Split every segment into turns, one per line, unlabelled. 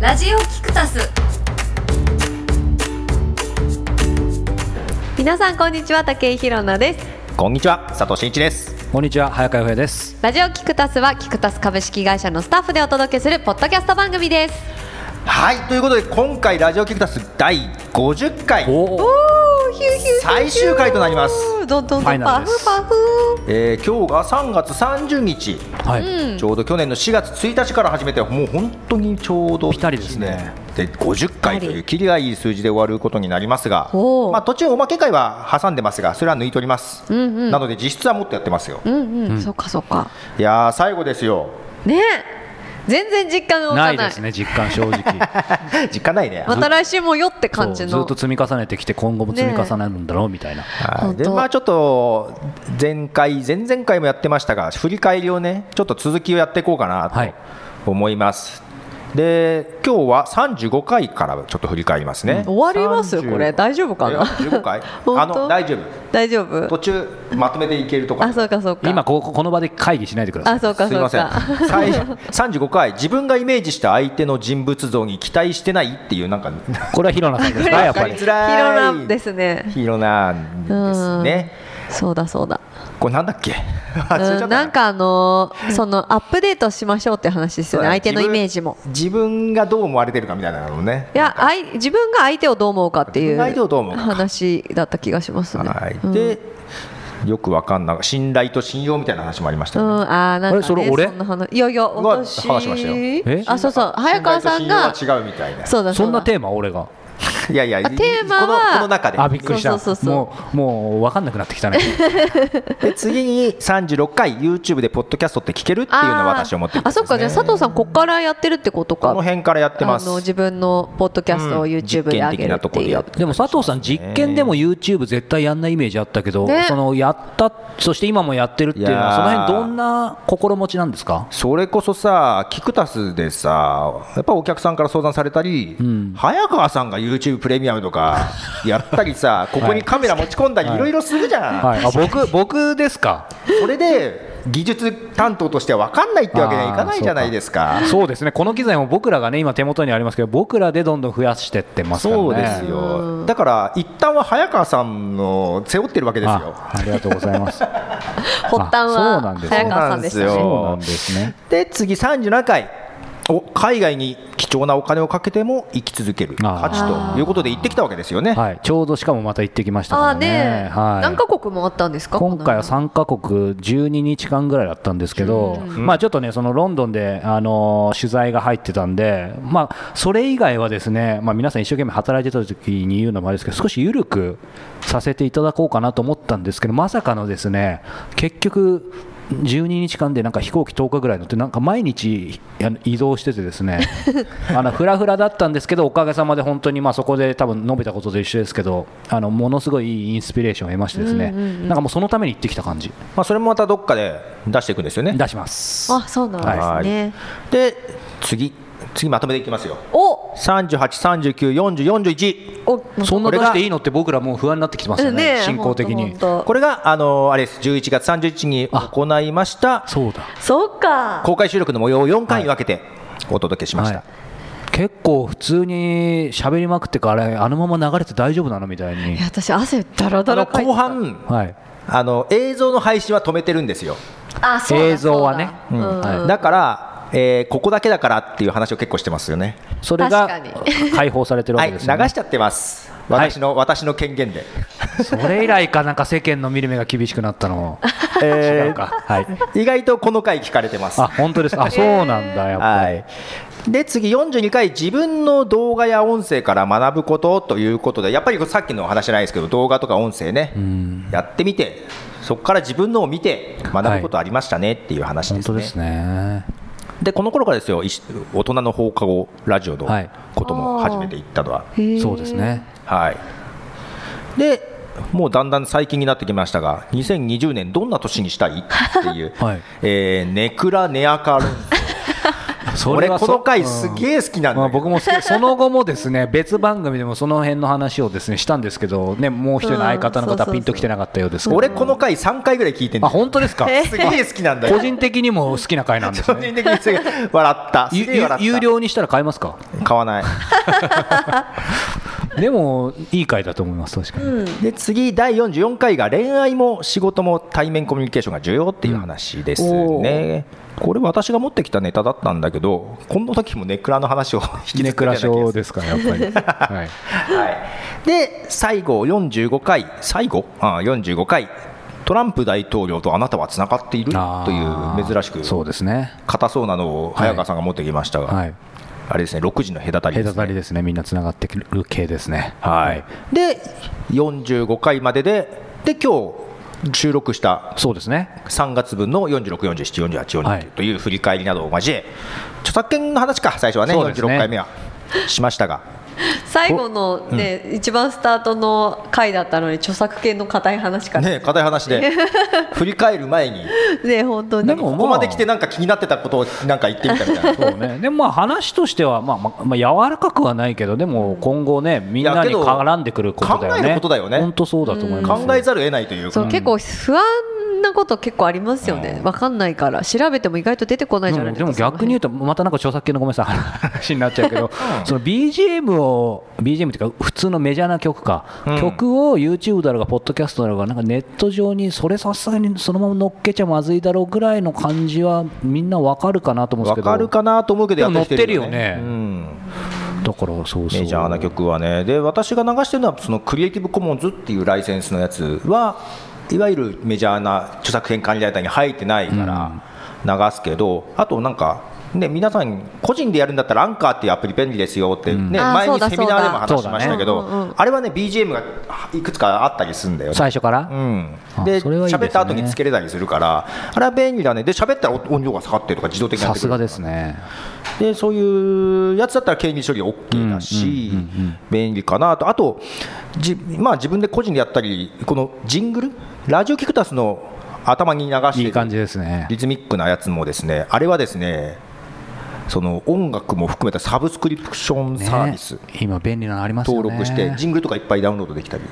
ラジオキクタス
皆さんこんにちは竹井ひろなです
こんにちは佐藤真一です
こんにちは早川洋平です
ラジオキクタスはキクタス株式会社のスタッフでお届けするポッドキャスト番組です
はいということで今回ラジオキクタス第50回
お
お
お
ーヒューヒューヒューヒュー
最終回となります
どんどんどん
ファイナ
パ
ルで
フ
す
パフ
えー、今日が3月30日、
はい、
ちょうど去年の4月1日から始めてもう本当にちょうど
ぴったりですね
1年で50回というキリがいい数字で終わることになりますが
おー、
まあ、途中おまけ会は挟んでますがそれは抜いております、なので実質はもっとやってますよ、
うんうんそっかそっか
いやー最後ですよ
ねえ全然実感が湧かな
ないいですね実感正 直
実感ないね
また来週もよって感じ
そうず
の
っと積み重ねてきて今後も積み重ねるんだろうみたいな、
はい
本当
でまあちょっと前回前々回もやってましたが振り返りをねちょっと続きをやっていこうかな
はい
と思います、で今日は35回からちょっと振り返りますね、
終わりますよ
30
これ大丈夫か
い
な
や15回
本当
あの大丈夫
大丈
途
夫
中まとめていけるとか
あそうかそうか
今こここの場で会議しないでください
あそうか
すい
そう
ません
か
最35回自分がイメージした相手の人物像に期待してないっていうな んか
これは広野さんですかやっぱり
わかりづらい
ヒロランですね
ヒロなんですね
そうだそうだ
これなんだっけ忘れちゃっ
う
た
ん、なんかあ のーそのアップデートしましょうって話ですよね相手のイメージも
自分がどう思われてるかみたいなのもね
いやあい自分が相手をどう思うかってい
自
う
分が相手をどう思うか
話だった気がしますね、
はい、
うん
でよくわかんない信頼と信用みたいな話もありまし
う
たね、
ん、あーなんか、ね、
あれそれ俺
んな話いやいや
うわ
私
話しましたよ
え
あそうそう早川さんが
信頼と信用は違うみたいな
そうだそうだ
そんなテーマ俺が
いやいや
あテーマは
このこの中で
あびっくりした
そうそうそう
もうもう分かんなくなってきたね
で次に36回 YouTube でポッドキャストって聞けるっていうのを私は思ってい
あーあそっかじゃあ佐藤さんこっからやってるってこと
こ
か
の辺からやってます
あの自分のポッドキャストを
うん
YouTube で上
実
げ
験的
る
な
っ
と
て
こで
い
や
う
っ、
でも佐藤さん実験でも YouTube 絶対やんないイメージあったけど、
ね
そのやったそして今もやってるっていうの
いや
は
ー
その辺どんな心持ちなんですか
それこそさキクタスでさやっぱお客さんから相談されたり、早川さんが YouTube プレミアムとかやったり さここにカメラ持ち込んだりいろいろするじゃん、
はい、あ僕僕ですか
それで技術担当としては分かんないってわけにはいかないじゃないですか。
そうですねこの機材も僕らがね今手元にありますけど僕らでどんどん増やしてってますからね
そうですよ、だから一旦は早川さんの背負ってるわけですよ。
あありがとうござい ます
発端
あそうな
は
んですね
早川さんでしたね
そうなんですよ
そうなんですね
で次37回お海外に貴重なお金をかけても生き続ける
あ
価
ー
値ということで行ってきたわけですよね。
はいちょうどしかもまた行ってきました
あ
か
あ
ら
ー
ね
ね、
はい、
何カ国もあったんですか
今回は
この
3カ国12日間ぐらいだったんですけど、まあ、ちょっとねそのロンドンで、あのー取材が入ってたんで、まあ、それ以外はですね、まあ、皆さん一生懸命働いてた時に言うのもあれですけど少し緩くさせていただこうかなと思ったんですけどまさかのですね結局12日間でなんか飛行機10日ぐらい乗ってなんか毎日あの移動しててです ねあのフラフラだったんですけどおかげさまで本当にまあそこで多分述べたことと一緒ですけどあのものすごいいいインスピレーションを得ましてですね、なんかもうそのために行ってきた感じ
まあ、それもまたどっかで出していくんですよね。
出します
あそうなんですね、
で次次まとめていきますよ。
お
38、39、40、41。
お
そんな
これ
出
が
していいのって僕らもう不安になってきてますよね進行的に
こ
こ
れ
れが、あのあれです、11月31日に行いました、
そうだ
そっか
公開収録の模様を4回に分けてお届けしました。
はい結構普通に喋りまくってからあれあのまま流れて大丈夫なのみたいに
いや私汗だら
あ
だ
の
らかい
後半
はい
あの映像の配信は止めてるんですよ、
あそうだ
映像はね
そうだ
うんはい
うん
だから、えーここだけだからっていう話を結構してますよね、
それ
確
が
か
解放されてるわ
は
け
い、流
で
し
す
ち
よね、
ゃってます、私の,、私の権限で、
それ以来かなんか世間の見る目が厳しくなったの違うかはい
意外とこの回聞かれてます。
あ本当ですあそうなんだやっぱ
は
り
い、で次、42回、自分の動画や音声から学ぶことということで、やっぱりさっきのお話じゃないですけど、動画とか音声ね、やってみて、そこから自分のを見て、学ぶことありましたねっていう話で
本
す
当
ね。
ですね
でこの頃からですよ、いし大人の放課後ラジオの
はい
ことも始めていったのは。
へえ
そうですね
はい、でもうだんだん最近になってきましたが、2020年、どんな年にしたいっていう、
はい
えーネクラネアカ論争
そ
俺
れは
こ
そ
の回
うん
すげえ好きなんだ
まあ、
けど
僕も好きその後もですね別番組でもその辺の話をですねしたんですけど、ね、もう一人の相方の
うんそうそうそ
方
う
はピンときてなかったようですけど
俺この回3回ぐらい聞いてんだ
あ
よ
本当ですか
すげえ好きなんだよ
個人的にも好きな回なんです
個
ね
人的にすげえ笑ったす
ゆ
げえ
ゆ
笑った
有料にしたら買えますか
買わない
でもいい回だと思います確かに、
で次第44回が恋愛も仕事も対面コミュニケーションが重要っていう話ですね、これ私が持ってきたネタだったんだけどこの時もネクラの 話を引き
ネ
続
ク
け
ラ
てた気が
賞
する
ですからやっぱり、はい、
はい、で最後45回最後あ45回トランプ大統領とあなたはつながっていると
あ
い
ー
う珍しく
そうですね
硬そうなのを早川さんが持ってきましたが、
はい
あれですね6時の隔たりです
隔
ね
たりですねみんなつながってくる系ですね
はい、で45回まででで今日収録した
そうですね
3月分の46、47、48、49、
はい
という振り返りなどを交え、著作権の話か、最初はね、
そうですね
46回目はしましたが、
最後のね、一番スタートの回だったのに著作権の硬い話から
ね、硬い話 で、振り返る前に、
ね本当に
でも
ここまで来て、なんか気になってたことをなんか言ってみたみたいな。
そうね、 でもまあ話としては、まあまあまあ、柔らかくはないけど、でも今後ね、みん
いや
な
け
に
ど
絡んでくることだよね、
考えることだよね
本当そうだと思います、
考えざるを得ないという
そう、
か、
結構不安なこと結構ありますよね、わかんないから調べても意外と出てこないじゃ
で
ない
も
で
です
か
も逆に言うと、またなんか著作権のごめんなさい、話になっちゃうけど、 その BGM を、BGM っていうか、普通のメジャーな曲か、
うん
曲を YouTube だろうが、ポッドキャストだろうが、なんかネット上に、それさすがにそのまま乗っけちゃまずいだろうぐらいの感じは、みんなわかるかなと思うんです
わ
けど、
かるかなと思うけど、やき
でも
う
乗
ん
だからそうそう、
メジャーな曲はね、で私が流してるのは、そのクリエイティブ・コモンズっていうライセンスのやつは、いわゆるメジャーな著作権管理団体に入ってないから流すけど、あとなんか、ね、皆さん、個人でやるんだったら、アンカーっていうアプリ便利ですよって、ね
あー
前
そ
に
うだ
セミナーでも
そう
話
だ
しましたけ
そうだねうんうんう
ど
ん、
あれはね、BGM がいくつかあったりするんだよね。
最初から、
うん
あ、
で
それはいいですね
喋った後につけれたりするから、あれは便利だね、で喋ったら音量が下がってとか、自動的にやってく
さす
れる
がですね。
でそういうやつだったら権利処理 OK だし、便利かなと、あと、じまあ、自分で個人でやったり、このジングル、ラジオキクタスの頭に流して
いい
る
感じですね。
リズミックなやつもですね、あれはですね、その音楽も含めたサブスクリプション
ね
サービス、
今便利なのありますよね。
登録して、ジングルとかいっぱいダウンロードできたり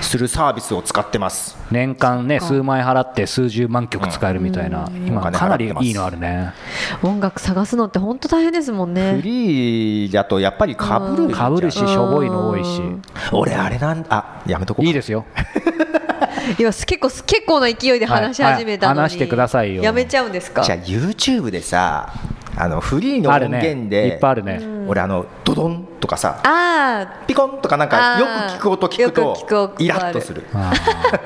するサービスを使ってます。
年間ね数万円払って数十万曲使えるみたいな、
お
今
金払ってます
かなりいいのあるね。
音楽探すのって本当大変ですもん
フ
ね
リーだとやっぱりかぶるんじゃ
か
ん
ぶるししょぼいの多いし、
俺、あれなんあやめとこうか
いいですよ。
いや結構結構な勢いで話し始めたのに、
はいはい話してくださいよ
やめちゃうんですか
じゃあ YouTube でさあのフリーの
ある
音
ね。
源で、
いっぱいあるね。
俺あのドドンとかさ
あ
ピコンとかなん
あ
か
ー
よく聞く音聞く
よく聞く
と
音
イラッとする
あ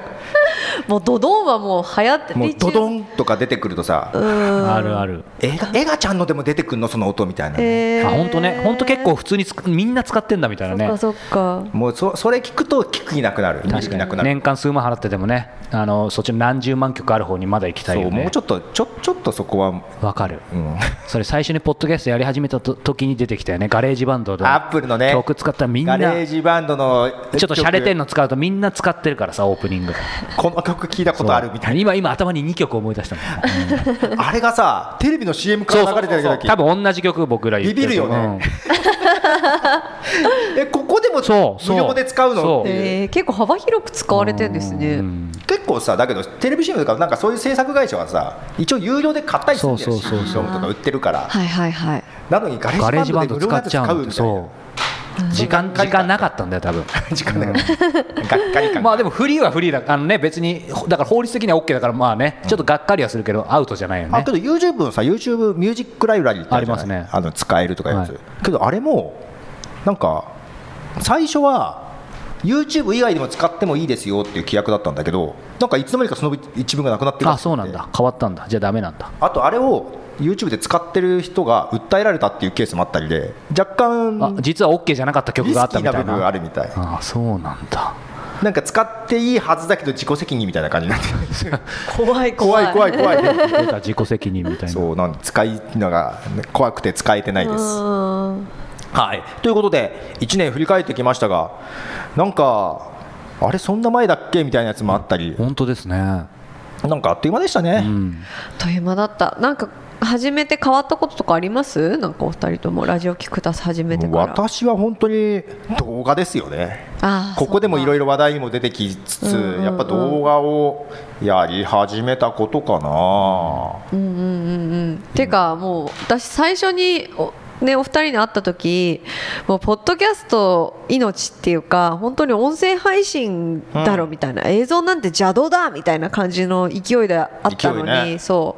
あもうドドンはもう流行って
もうドド
ン
ンとか出てくるとさ
ーあるある。
映画映画ちゃんのでも出てくるのその音みたいなね、
あ本当ね本当結構普通につくみんな使ってんだみたいなね。
そっかそっか
もうそそれ聞くと聞く気なくなる
確
見る気なく
か
な
に
る、
年間数万払ってでもねあのそっちの何十万曲ある方にまだ行きたい
そ
よ
うも
ね
うち。ょっとちょちょっとそこは、
わかる。
うん、
それ最初にポッドキャストやり始めたと時に出てきたよねガレージバンドで
アップルのね
曲使ったらみんな
ガレージバンドの
ちょっと洒落てん
の
の使うとみんな使ってるからさオープニング
この曲聞いたことあるみたい
今今頭に2曲思い出した の、
なあれがさテレビの CM から流れてる時
多分同じ曲僕ら言ってと思う
ビビえここでも
そうそう
無料で使うのっていう
えー結構幅広く使われてるんですね、
うん
結構さだけどテレビ CM とかなんかそういう制作会社はさ一応有料で買ったりするんだよ
そうそうそうそう
CM とか売ってるから
はいはいはい
なのにガレ
ガレ
ー
ー
ジ
ジ
バ
バ
ン
ン
ド
ド
で無料
使
のやつ使
っちゃう
うんみた
だ
い
そう時間時間なかったんだよ多分
な時間だからがっかり感
まあでもフリーはフリーだあのね別にほだから法律的には OK だからまあねちょっとがっかりはするけどアウトじゃないよ
あ
ね
けど YouTube のさ YouTube ミュージックライブラリーってるじゃない
ありますね
あの使えるとかいうやつ、
はい
けどあれもなんか最初は YouTube 以外でも使ってもいいですよっていう規約だったんだけどなんかいつの間にかその一文がなくなってるら
あ
しくて
そうなんだ変わったんだじゃあダメなんだ
あとあれを YouTube で使ってる人が訴えられたっていうケースもあったりで若
あ
干
実は OK じゃなかった曲
リスキ
があった
ー
みた
ない
な
部分があるみたい
あそうなん だ
なんか使っていいはずだけど自己責任みたいな感じになってる
怖い
怖
怖
い
い
怖い
い
怖い
出た自己責任みたい な
そうなん使いのが怖くて使えてないです
うん
はいということで1年振り返ってきましたがなんかあれそんな前だっけみたいなやつもあったり
本当ですね
なんかあっという間でしたね、
あっという間だったなんか始めて変わったこととかありますなんかお二人ともラジオ聞くたす始めてから
私は本当に動画ですよね
あー
ここでもいろ
い
いろ話題にも出てきつつ、
うんうんうん
やっぱ動画をやり始めたことかな、
ろてかもう私最初におね、お二人に会った時もうポッドキャスト命っていうか本当に音声配信だろみたいな、映像なんて邪道だみたいな感じの勢いであったのに、
勢いね
そ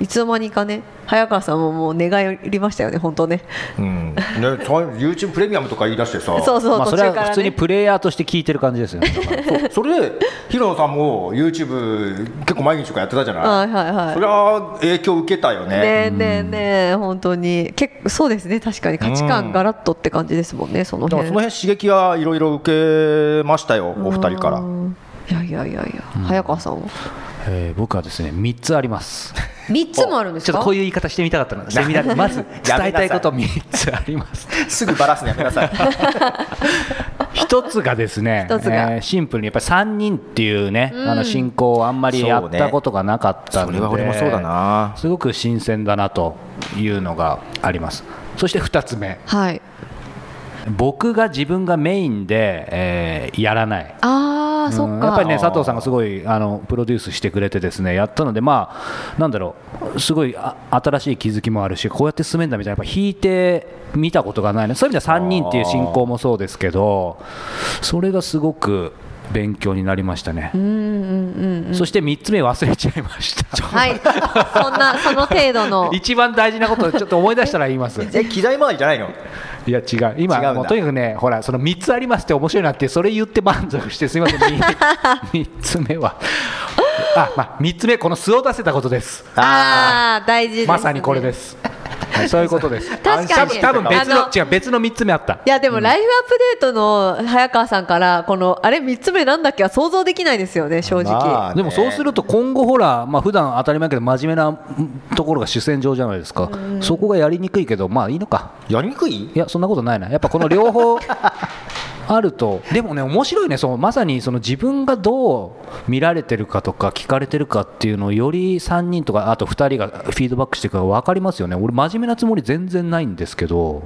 う、いつの間にかね早川さんももう寝返りましたよね本当ね
うんね、さ YouTube プレミアムとか言い出してさ
そうそう、
まあ、そ
途中
れは
か
普
ら
通に
ね
プレイヤーとして聞いてる感じ ですよね。
そうそれで平野さんも YouTube 結構毎日とかやってたじゃない、
はいはいはい
それは影響受けたよね
ねえねえねえ本当に結構そうですね確かに価値
うん
観ガラッとって感じですもんねその
だから
辺
その辺刺激はいろいろ受けましたよお二人から
うんいやいやいやいや、早川さんは
えー僕はですね3つあります。
3つもあるんです
ちょ
か
っとこういう言い方してみたか ったので、セミナーでまず伝えたいこと
や
3つあります。
すぐバラすのやめなさい
一つがですね、
一つが
えーシンプルにやっぱり3人っていうね、あの進行をあんまりやったことがなかったの
そ
で、
れは俺もそう だな
すごく新鮮だなというのがあります。そして2つ目、
はい
僕が自分がメインで、えーやらない。
ああそ
うん
っか
やっぱりね
あー
佐藤さんがすごいあのプロデュースしてくれてですねやったのでまあなんだろうすごいあ新しい気づきもあるしこうやって進めんだみたいなやっぱ引いて見たことがないねそういう意味では3人っていう進行もそうですけどそれがすごく勉強になりましたねそして3つ目忘れちゃいました
はいそんなその程度の
一番大事なことをちょっと思い出したら言いま す
え機材回りじゃないの
いや違う
違うん
今
だ
もうとにかくねほらその3つありますって面白いなってそれ言って満足してすみ ません3つ目はあ、まあ、3つ目この素を出せたことです
ああ大事 です
まさにこれですす、はいそういうことです
確かに
多分多分別
あ
の
の
違う別の3つ目あった
いやでもライフアップデートの早川さんからこのあれ3つ目なんだっけは想像できないですよね正直、
まあね
でもそうすると今後ほら、まあ普段当たり前だけど真面目なところが主戦場じゃないですかそこがやりにくいけどまあいいのか
やりにくい
いやそんなことないなやっぱこの両 方あるとでもね面白いねそうまさにその自分がどう見られてるかとか聞かれてるかっていうのをより3人とかあと2人がフィードバックしていくから分かりますよね俺真面目なつもり全然ないんですけど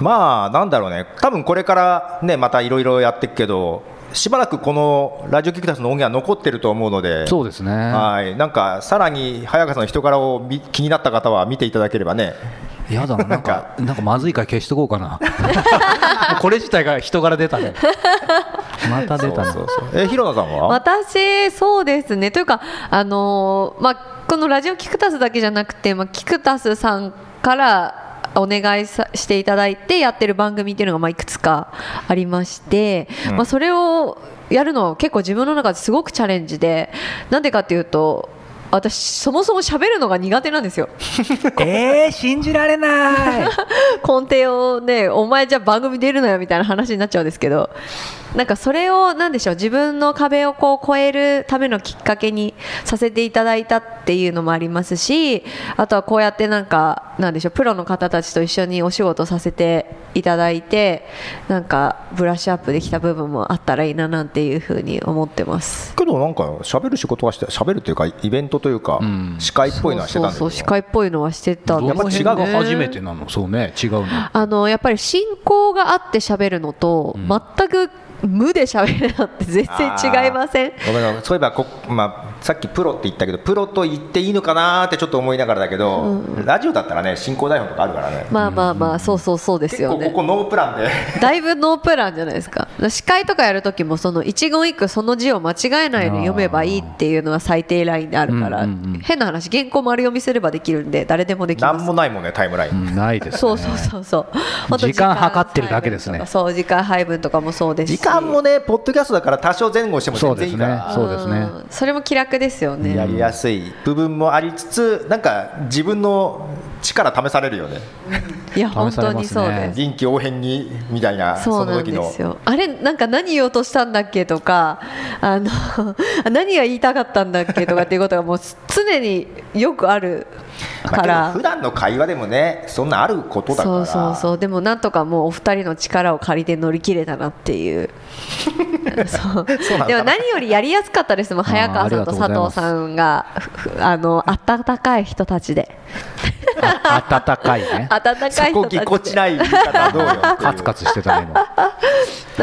まあなんだろうね多分これからねまたいろいろやっていくけどしばらくこのラジオキクタスの音源は残ってると思うので
そうですね
はいなんかさらに早川さんの人柄を見気になった方は見ていただければね
やだななんかなんかまずいから消しとこうか なもうこれ自体が人柄出たねまた出たね
そうそうそうえ広野さんは、
私、そうですね。というか、あのーまあ、このラジオキクタスだけじゃなくて、まあ、キクタスさんから、お願いさしていただいてやってる番組っていうのがまあいくつかありまして、
うん
まあそれをやるのは結構自分の中ですごくチャレンジでなんでかっていうと私そもそも喋るのが苦手なんですよ
えー、信じられない
根底をねお前じゃあ番組出るのよみたいな話になっちゃうんですけどなんかそれをなんでしょう自分の壁をこう越えるためのきっかけにさせていただいたっていうのもありますしあとはこうやってなんかなんでしょうプロの方たちと一緒にお仕事させていただいてなんかブラッシュアップできた部分もあったらいいななんていうふうに思ってます。
けどなんか喋る仕事はして喋るというかイベントというか、
ん
司会っぽいのはしてたんだけ
そ
ど
うそうそう司会っぽいのはしてたん
ど
で
の
すよね
辺が初めてなのそうね違うの
あのやっぱり進行があって喋るのと、全く無で喋るのって全然違いません
あーごめんなさいそういえばこ、まあ、さっきプロって言ったけどプロと言っていいのかなーってちょっと思いながらだけど、ラジオだったらね進行台本とかあるからね
まあまあまあ、そうそうそうです
結
よ
構こ
ね
こノープランで
だいぶノープランじゃないですか司会とかやる時もその一言一句その字を間違えないように読めばいいっていうのは最低ラインであるから、
うんうんうん
変な話原稿丸読みすればできるんで誰でもできま
何
す
もないもんねタイムライン、
うんないですね
そうそうそうそう本当
時間計ってるだけですね
時間配分とかそう時間配分とかもそうですし
時間もねポッドキャストだから多少前後しても全然いいから、
そうですね
んそれも気楽ですよね
やりやすい部分もありつつなんか自分の力試されるよね
いや本
試され
当
ま
に
すね
そうです
臨機応変にみたいな
そう
の
なん
時
で
の
すよあれなんか何言おうとしたんだっけとかあの何が言いたかったんだっけとかっていうことがもう常によくある
まあ
か
けど
ら
普。段の会話でもねそんなあることだか
そ
ら
うそうそうでもなんとかもうお二人の力を借りて乗り切れたなって いうそう
そうなんだ
でも何よりやりやすかったですもん
あー
早川さんと
ありがとうござい
佐
ま
藤
す
さんがふふあの温かい人たちで
あ温かいね
暖かい人たち
そこぎこちない言い方どうよっていう
カツカツしてたね今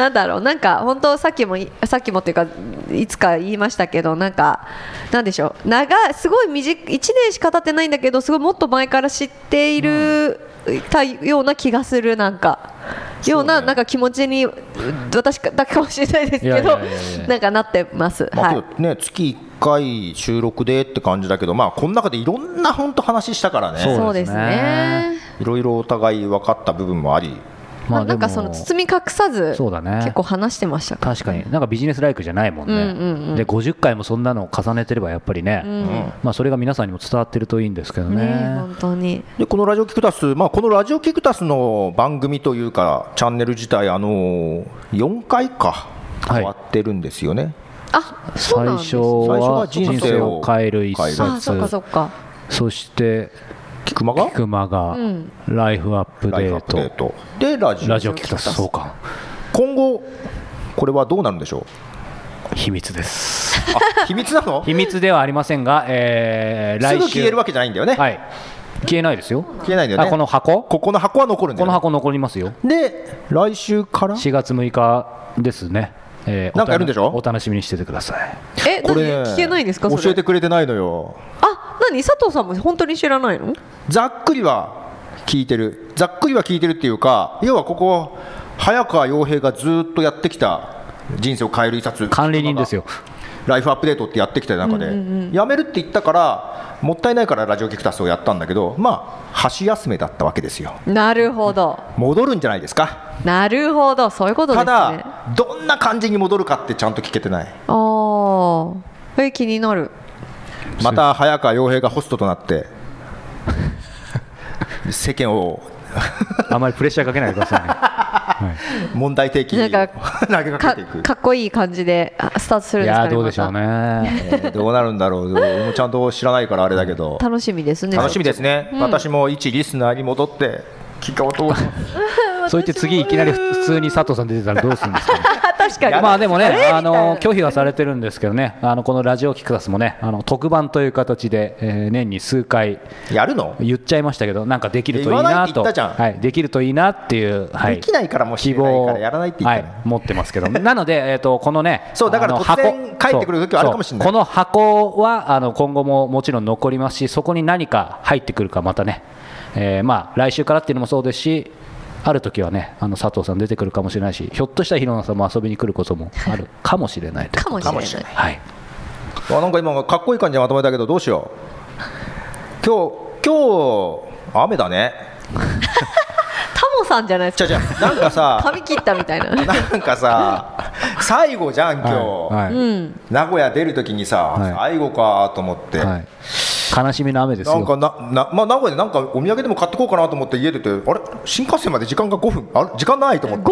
なんだろうなんか本当さっきもいさっきもっていうかいつか言いましたけどなんかなんでしょう長いすごい短い1年しか経ってないんだけどすごいもっと前から知っている、たような気がするなんかようななんか気持ちに私だけかもしれないですけ
いや
ど
いやいやいや
なんかなってます、
まあ
はい
けどね、月1回収録でって感じだけど、まあ、この中でいろんな本当話したから
そう
ね、
そうですね
いろいろお互い分かった部分もあり、
まあ、なんかその包み隠さず
そうだね
結構話してましたから
確かになんかビジネスライクじゃないもんね、
うんうんうん
で50回もそんなのを重ねてればやっぱりね、まあ、それが皆さんにも伝わってるといいんですけどね
ね本当に
でこのラジオキクタス、まあ、このラジオキクタスの番組というか、チャンネル自体、あの4回か、
はい
変わってるんですよね。
あそう
最
なんですね
初は
最初は
人
人
生
生
を
を
変える一冊
あそっかそっか
そして
菊間が
「熊が
ん
ライフアップデ
ライフア
ー
ップ
ト
デー」トでラジオ
ラジオ聞くとそうか
今後これはどうなるんでしょう
秘密です
あ秘密なの
秘密ではありませんが、えー、
す
来
ぐ
週
消えるわけじゃないんだよね、
はい消えないですよ
消えないんだよね
あこの箱こ
ここの箱は残るんだよ
の
ね、
箱残りますよ
で来週から
4月6日ですね、えー
なんかやるんでしょ
お楽しみにしててください
え、
こ
何
れ
聞けないんですかそれ
教えてくれてないのよ
あ、何佐藤さんも本当に知らないの
ざっくりは聞いてるざっくりは聞いてるっていうか要はここ早川洋平がずっとやってきた人生を変える一冊
管理人ですよ
ライフアップデートってやってきた中で、やめるって言ったからもったいないからラジオキクタスをやったんだけどまあ箸休めだったわけですよ
なるほど
戻るんじゃないですか
なるほどそういうことです
た
ね
だどんな感じに戻るかってちゃんと聞けてない
あーえ気になる
また早川洋平がホストとなって世間を
あまりプレッシャーかけないでくださいね、はい
問題提起
な
に
んか
投げか
か
けていく
かっこいい感じであスタートす るん
い
ですか
や
ね
ーどうでしょう
ま
ね。
えーどうなるんだろう俺もちゃんと知らないからあれだけど
た楽しみですね
楽しみですね、私も一リスナーに戻って聞こうと思って
そう言って次いきなり普通に佐藤さん出てたらどうするんですか、ね。
あ確かに
まあでもね、あ
みたい
の
な
拒否はされてるんですけどね、あのこのラジオキクラスもね、あの特番という形で、えー年に数回
やるの
言っちゃいましたけど、なんかできるといい
言わないっ
な
て
と、
言ったじゃん
はい、できるといいなっていう、はい、
できないからもう
希
知ら
望
ない
を
からやらないって言ったの
はい、持ってますけど、 なので、えー、とこのね、
そうだから
あの
突然帰ってくる時はあるかもしれない
そうこの箱はあの今後ももちろん残りますし、そこに何か入ってくるか、またね、えーまあ、来週からっていうのもそうですし、ある時はね、あの佐藤さん出てくるかもしれないし、ひょっとしたら広野さんも遊びに来ることもあるかもしれないという
かもし
か
れ
も
な
しれない
い
はい、
あなんか今かっこいい感じでまとめたけどどうしよう今日今日雨だね
タモさんじゃないです
じゃ
か
じゃなん かさ
髪切ったみたいな
なんかさ最後じゃん今日、
はいは
うん
名古屋出るときにさ、
はい
最後かと思って、
いはい悲しみの雨ですよ。
なんかなな、まあ、名古屋でなんかお土産でも買ってこうかなと思って家出てあれ新幹線まで時間が5分あれ時間ないと思って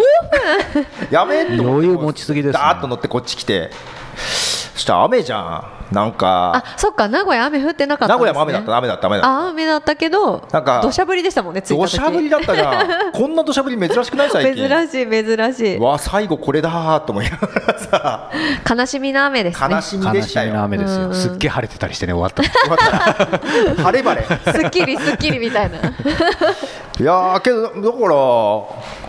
やべえと思って
余裕持ちすぎですね
ダーッと乗ってこっち来てそしたら雨じゃんなんか
あそっか名古屋雨降ってなかった
名
んで
古
すね
屋も雨だった雨だった雨だった
あ雨だったけど
なんか
土砂降りでしたもんね着いた時
土砂降りだったじゃんこんな土砂降り珍しくない最近
珍しい珍しい
わあ最後これだーと思いながらさ
悲しみの雨ですね
悲しみでした
悲しみの
よ
雨です
う
よ。
ん
すっげえ晴れてたりしてね、終わった。
よかった晴れ晴れ
すっきりすっきりみたいな
いやーけどだから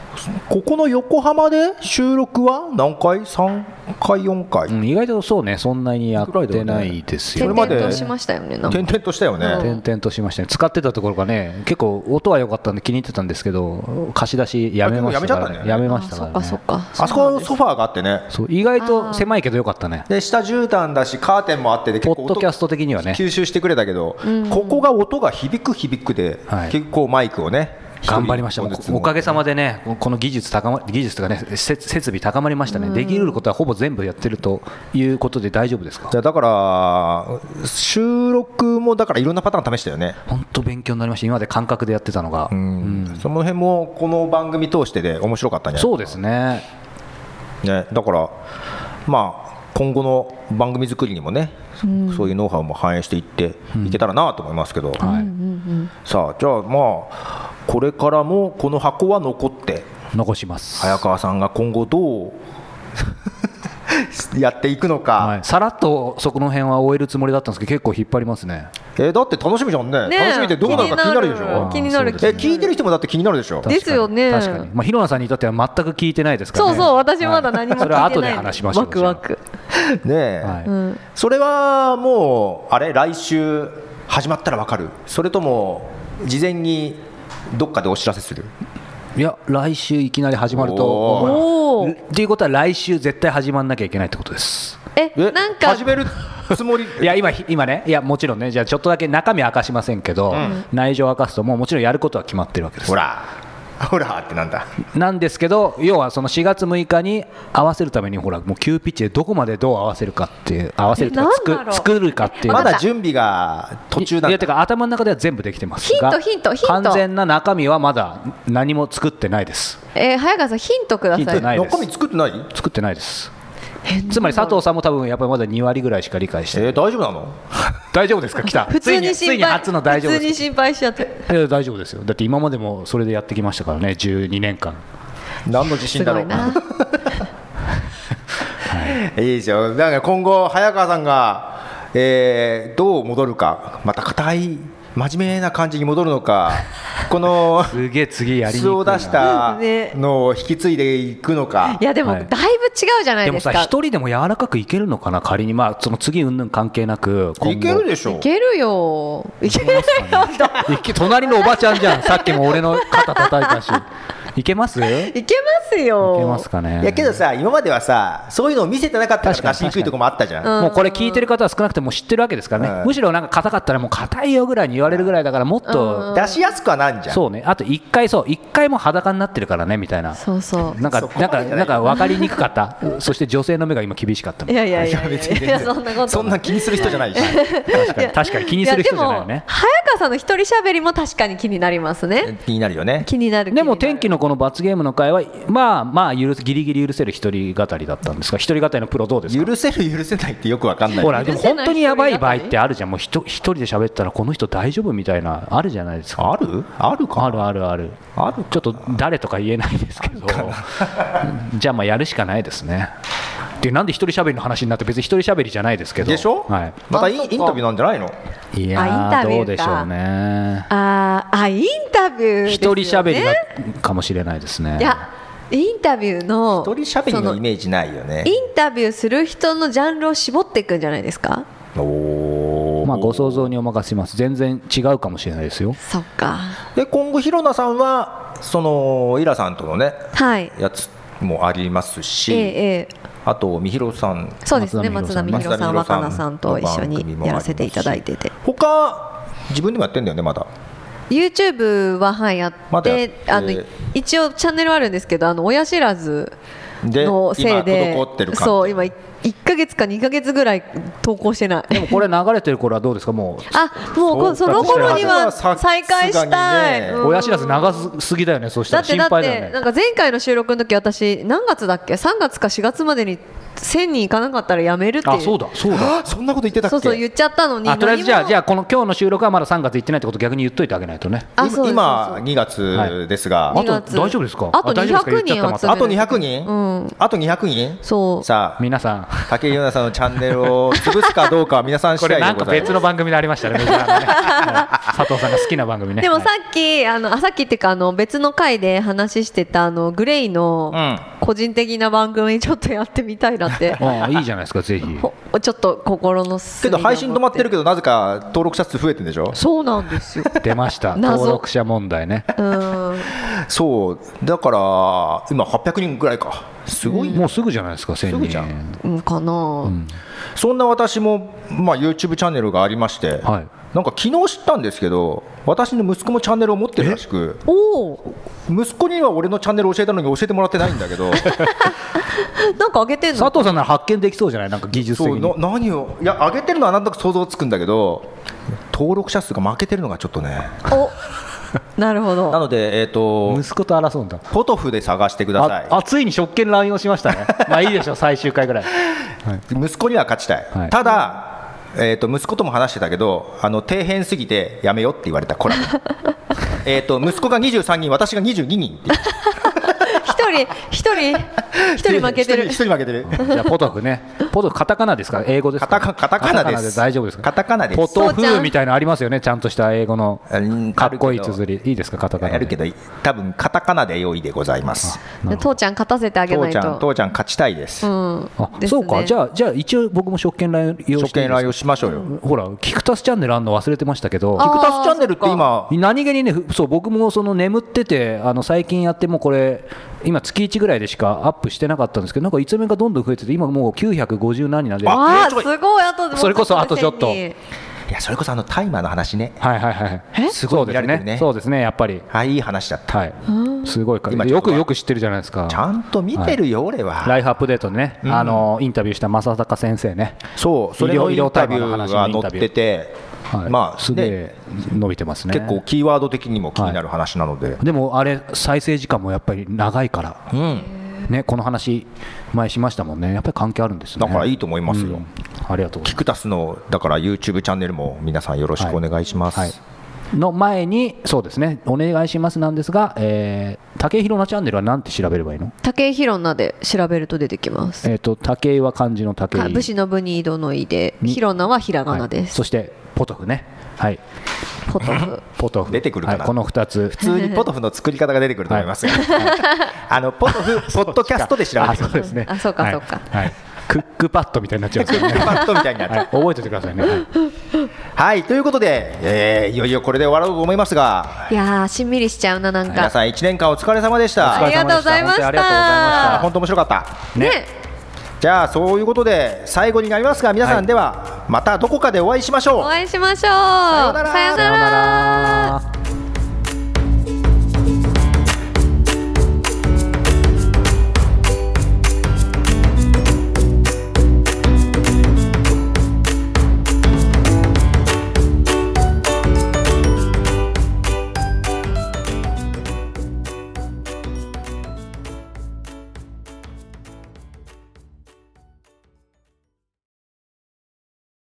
ここの横浜で収録は何回3回4回、
うん、意外とそうね、そんなにやっ
ぐらいだ
て
よね
ないです
転
よ、ね。
これま
々
で
としましたよねなんか
点々としたよね、
うん
転々としましたね、使ってたところがね、結構音は良かったんで気に入ってたんですけど、貸し出しやめましたから、
あでもやめちゃったんだよね
ね、やめましたから、ね、
あそっかそっか
あそこのソファーがあってね
そう意外と狭いけど良かったね、
で下絨毯だしカーテンもあってで結
ポ
構
ッドキャスト的にはね、
吸収してくれたけど、ここが音が響く響くで、
はい
結構マイクをね
頑張りました、
一人一本ずつ
おおかげさまでね、この技術高、ま、技術とかね、せ設備高まりましたね、できることはほぼ全部やってるということで大丈夫ですか
じゃあだから収録もだからいろんなパターン試したよね
本当勉強になりました、今まで感覚でやってたのが、
うんその辺もこの番組通してで面白かったんじゃない
そうですね、
ね、だから、まあ、今後の番組作りにもね、そういうノウハウも反映していっていけたらなと思いますけど、
はい
さあ、じゃあ、まあ、これからもこの箱は残って、
残します。
早川さんが今後どうやっていくのか、
はい、さらっとそこの辺は終えるつもりだったんですけど結構引っ張りますね
えーだって楽しみじゃんね
ね
楽しみってどうなるか気になるでしょ
気になる
あー
気にな
え
る
聞いてる人もだって気になるでしょ
でですよね
確かに、まあ、広野さんに至っては全く聞いてないですから、ね、
そうそう私まだ何も聞いてない
はそれは後で話しましょう
ワクワク
ねえ、
はい
うん
それはもうあれ来週始まったらわかるそれとも事前にどっかでお知らせする
いや来週いきなり始まると思います
おお
っていうことは来週絶対始まんなきゃいけないってことです
えなんか
始めるつもり
いや今ひ今ねいやもちろんねじゃあちょっとだけ中身は明かしませんけど、内情を明かすともうもちろんやることは決まってるわけです
ほらほらってなんだ
なんですけど要はその4月6日に合わせるためにほらもう急ピッチでどこまでどう合わせるかっていう合わせるとかつ
えなんだろ
く
う
作るかっていう
まだ準備が途中なんだ
いやてか頭の中では全部できてますが
ヒントヒントヒント
完全な中身はまだ何も作ってないです
えー早川さんヒントください
ヒントないです
中身作ってない
作ってないですつまり佐藤さんも多分やっぱりまだ2割ぐらいしか理解してない
えー大丈夫なの
大丈夫ですか来た
普通に
ついにつ
心
いに
配
初の大丈夫
普通
で
に
す
心配しちゃって
いや大丈夫ですよだって今までもそれでやってきましたからね12年間
何の自信
す
だ
ご
ろ
いうな
いいですよだから今後早川さんが、えーどう戻るかまた硬い真面目な感じに戻るのかこの
すげえ次やりに
素
くい
を
な
出した
ね
のを引き継いでいくのか
いやでも
は
だい
い
ぶ違うじゃない
で
で
も
す
さ
か、
一人でも柔らかくいけるのかな仮にまあその次云々関係なく今後
いけるでしょ
いけるよいけるよ
いけ隣のおばちゃん じゃんさっきも俺の肩叩いたしいけますいけ
いけますよ
ますかね
いやけどさ今まではさそういうのを見せてなかった
確
か
からに
出しにくいとこもあったじゃん、
うん
もうこれ聞いてる方は少なくとも知ってるわけですからね、
はい
むしろなんか硬かったらもう硬いよぐらいに言われるぐらいだからもっと、
出しやすくはなんじゃん
そうねあと一回そう一回も裸になってるからねみたいな
そうそ
なんか
そこ
な
ま
ん
でじゃ
か
ない
なんか分かりにくかった そして女性の目が今厳しかった
ういやいやいやいやいやそんなこと
そんな気にする人じゃ ないし
確かに確かに気にする人じゃないよ
いやで
ね
も早川さんの一人喋りも確かに気になりますね
気になるよね
気になる
でも天気
の
のこの罰ゲームの会はまあまあ許すギリギリ許せる一人語りだったんですが一人語りのプロどうですか
許せる許せないってよくわかんない
ほら
許
で
せな
も
い
本当にやばい場合ってあるじゃんもうひと一人で喋ったらこの人大丈夫みたいなあるじゃないですか
あるあるか
あるあるある
ある
ちょっと誰とか言えないで すけど、じゃあ、まあやるしかないですね。で、なんで一人喋りの話になって、別に一人喋りじゃないですけど、
でしょ、
は
またイン
あそ
イ
っ
ン
か
タビューなんじゃないの
い、
あイ
い
ン
や
タビューか
ー、どうでしょうね、
あーあインタビューです
一人
よね
喋りがかもしれないですね。
いやインタビューの
一人喋りの
そ
イメージないよね
インタビューする人のジャンルを絞っていくんじゃないですか
おー
まあ、ご想像にお任せします、全然違うかもしれないですよ。
そっか
で今後、ひろなさんはそのイラさんとのね
はい
やつもありますし、
ええええ
あと、みひろさん、
そうですね松
松
田
田
美
美
弘
弘
さん
松田
若
美
菜
弘
さんと一緒にやらせていただいてて
他自分でもやってんだよね、まだ。
YouTube ははいやって,、
まだやって
あの一応チャンネルはあるんですけどあの親知らず
で、
のせいで
今、滞ってる感じ
そう今1か月か2か月ぐらい投稿してない
でもこれ、流れてる頃はどうですか、も
あもうこ
そ
そう
か
の頃には
それはさ
再開した
さすが
い、
にね
う、
うん
親知らず長すぎだよね、そうし
だ
た
っ
ら
てだ
心
っ
配だ
て
よ
な
ね。
んか前回の収録の時私何月だっけ3月か4月までに1000人いかなかったらやめるっていう
あ、そうだ、そうだ。
あそんなこと言ってたっけ
そうそう言っちゃったのに
あとりあえずじゃあ、じゃ
ゃ
あこの今日の収録はまだ3月行ってないってこと、逆に言っといてあげないとね。
あ
今
そうですそう
今
です
2月ですが、
あ
二
と
月
大丈夫ですか
あと
あ大丈夫ですか
200
言っ
人集
ちゃった
め
あ
る
と200人、
うん
あと200人、
そう
さあ、
皆さん、
竹井優奈さんのチャンネルを潰すかどうかは皆さん
こ
次第
れな
で
んか
ございま
別
す。
の番組でありましたね、メジャーのねはい佐藤さんが好きな番組ね。
でもさ
はい
っき、あのあさっきっていうかあの別の回で話してたあのグレイの
うん
個人的な番組ちょっとやってみたいなって、
うんいいじゃないですか、ぜひ。
ほちょっと心の
け
隅
ど
に思
配信止まってるけど、なぜか登録者数増えてるんでしょ
そうなんですよ
出ました、
謎
登録者問題ね。
うん
そう、だから今、800人ぐらいか、すごいね
もうすぐじゃないですか、
す
1000
ぐじゃ
人
ん。
うんかな、
そんな私も、まあ、YouTube チャンネルがありまして、
はい
なんか昨日知ったんですけど、私の息子もチャンネルを持ってるらしく、
おお
息子には俺のチャンネルを教えたのに教えてもらってないんだけ ど、
なんかあげてんの
佐藤さんなら発見できそうじゃない、なんか技術
そ
的
う
に
な。何を、いや、上げてるのはなんとなく想像つくんだけど、登録者数が負けてるのがちょっとね、
おなるほ
な
ど
ので、えっと
息子と争うんだ。
ポトフで探してくださ
あ
い。
あついに職権乱用しました ね、まあいいでしょう、最終回ぐらい。
息子には勝ちたい、
はい
ただ、えー、と息子とも話してたけどあの底辺すぎてやめよって言われた コラムえーと息子が23人私が22人っていう
一人一人一人負けてる
一人一人負けてる。
じゃあポトフねポトフカタカナですか英語です
カタカ
か
カタカナです
大丈夫ですか
カタカナです
ポトフみたいなのありますよねちゃんとした英語の
うん
かっこいい綴りいいですかカタカナで
やるけど、多分カタカナで用意でございます。
なるほど
父ちゃん勝たせてあげな
父
い
ちゃん、
と
父ちゃん勝ちたいです。
うん
あ
です
そうか
ね
じゃあじゃあ一応僕も職権乱用していいです
初
か
見来をしましょうよ。
ほらキクタスチャンネルあんの忘れてましたけど
あ
キクタスチャンネルって今、
何気にね、ふそう僕もその眠ってて、あの最近やってもうこれ、今、月1ぐらいでしかアップしてなかったんですけど、なんかいつの間にかどんどん増えてて、今もう950何人なんで、はい
わあ
えちょい
すごいあと
それこそあとちょっと
1000
いや、それこそあのタイマーの話ね。
はいはい
え、
すごい
見
で
ら
す
れてるね
ね、そうですね、やっぱり、
あ、いい話だった。
はい、すごいか
今
でよくよく知ってるじゃないですか
ち、ゃんと見てるよ、俺は。
ライフアップデートでね、あのインタビューした正隆先生ね、
そう、それのインタビューが載ってて、
はい
まあ、
すげえ伸びてますね。
結構キーワード的にも気になる話なので、
でもあれ再生時間もやっぱり長いから、
うん、
ね、この話前しましたもんねやっぱり関係あるんですね
だからいいと思いますよ。
うんありがとうござい
キクタスのだから YouTube チャンネルも皆さんよろしくお願いします。
ます、はい、の前にそうですねお願いしますなんですが、えー、竹井宏奈チャンネルはなんて調べればいいの
武井宏奈で調べると出てきます
えっ、と竹井は漢字の竹井
か武士の部に井戸の井で宏奈はひらがなで
はいそ
す
してポトフねはい
ポトフ
ポトフ
出てくるかな
はいこの2つ
普通にポトフの作り方が出てくると思いますよ。あのポトフ ポッドキャストで調べ
あ
て
そ
く
う
る。
ですね
あそうか
はい
そうか
はい、クックパッドみたいになっちゃうんですよね、
パッとみたいになっち
は
ゃ
い、覚えておいてくださいね、はい、
うはいということで、えーいよいよこれで終わろうと思いますが
いやーしんみりしちゃうななん
皆
か
さん1年間お疲れ様でし
お疲
あ
た
れ
りがとうございまし
お疲れ様でした本当にありがとうございました
あ本当面白かった
ね
じゃあそういうことで最後になりますが皆さ
は
ん
い
ではまたどこかでお会いしましょう、
お会いしましょうさ
ようなら
さようなら
ら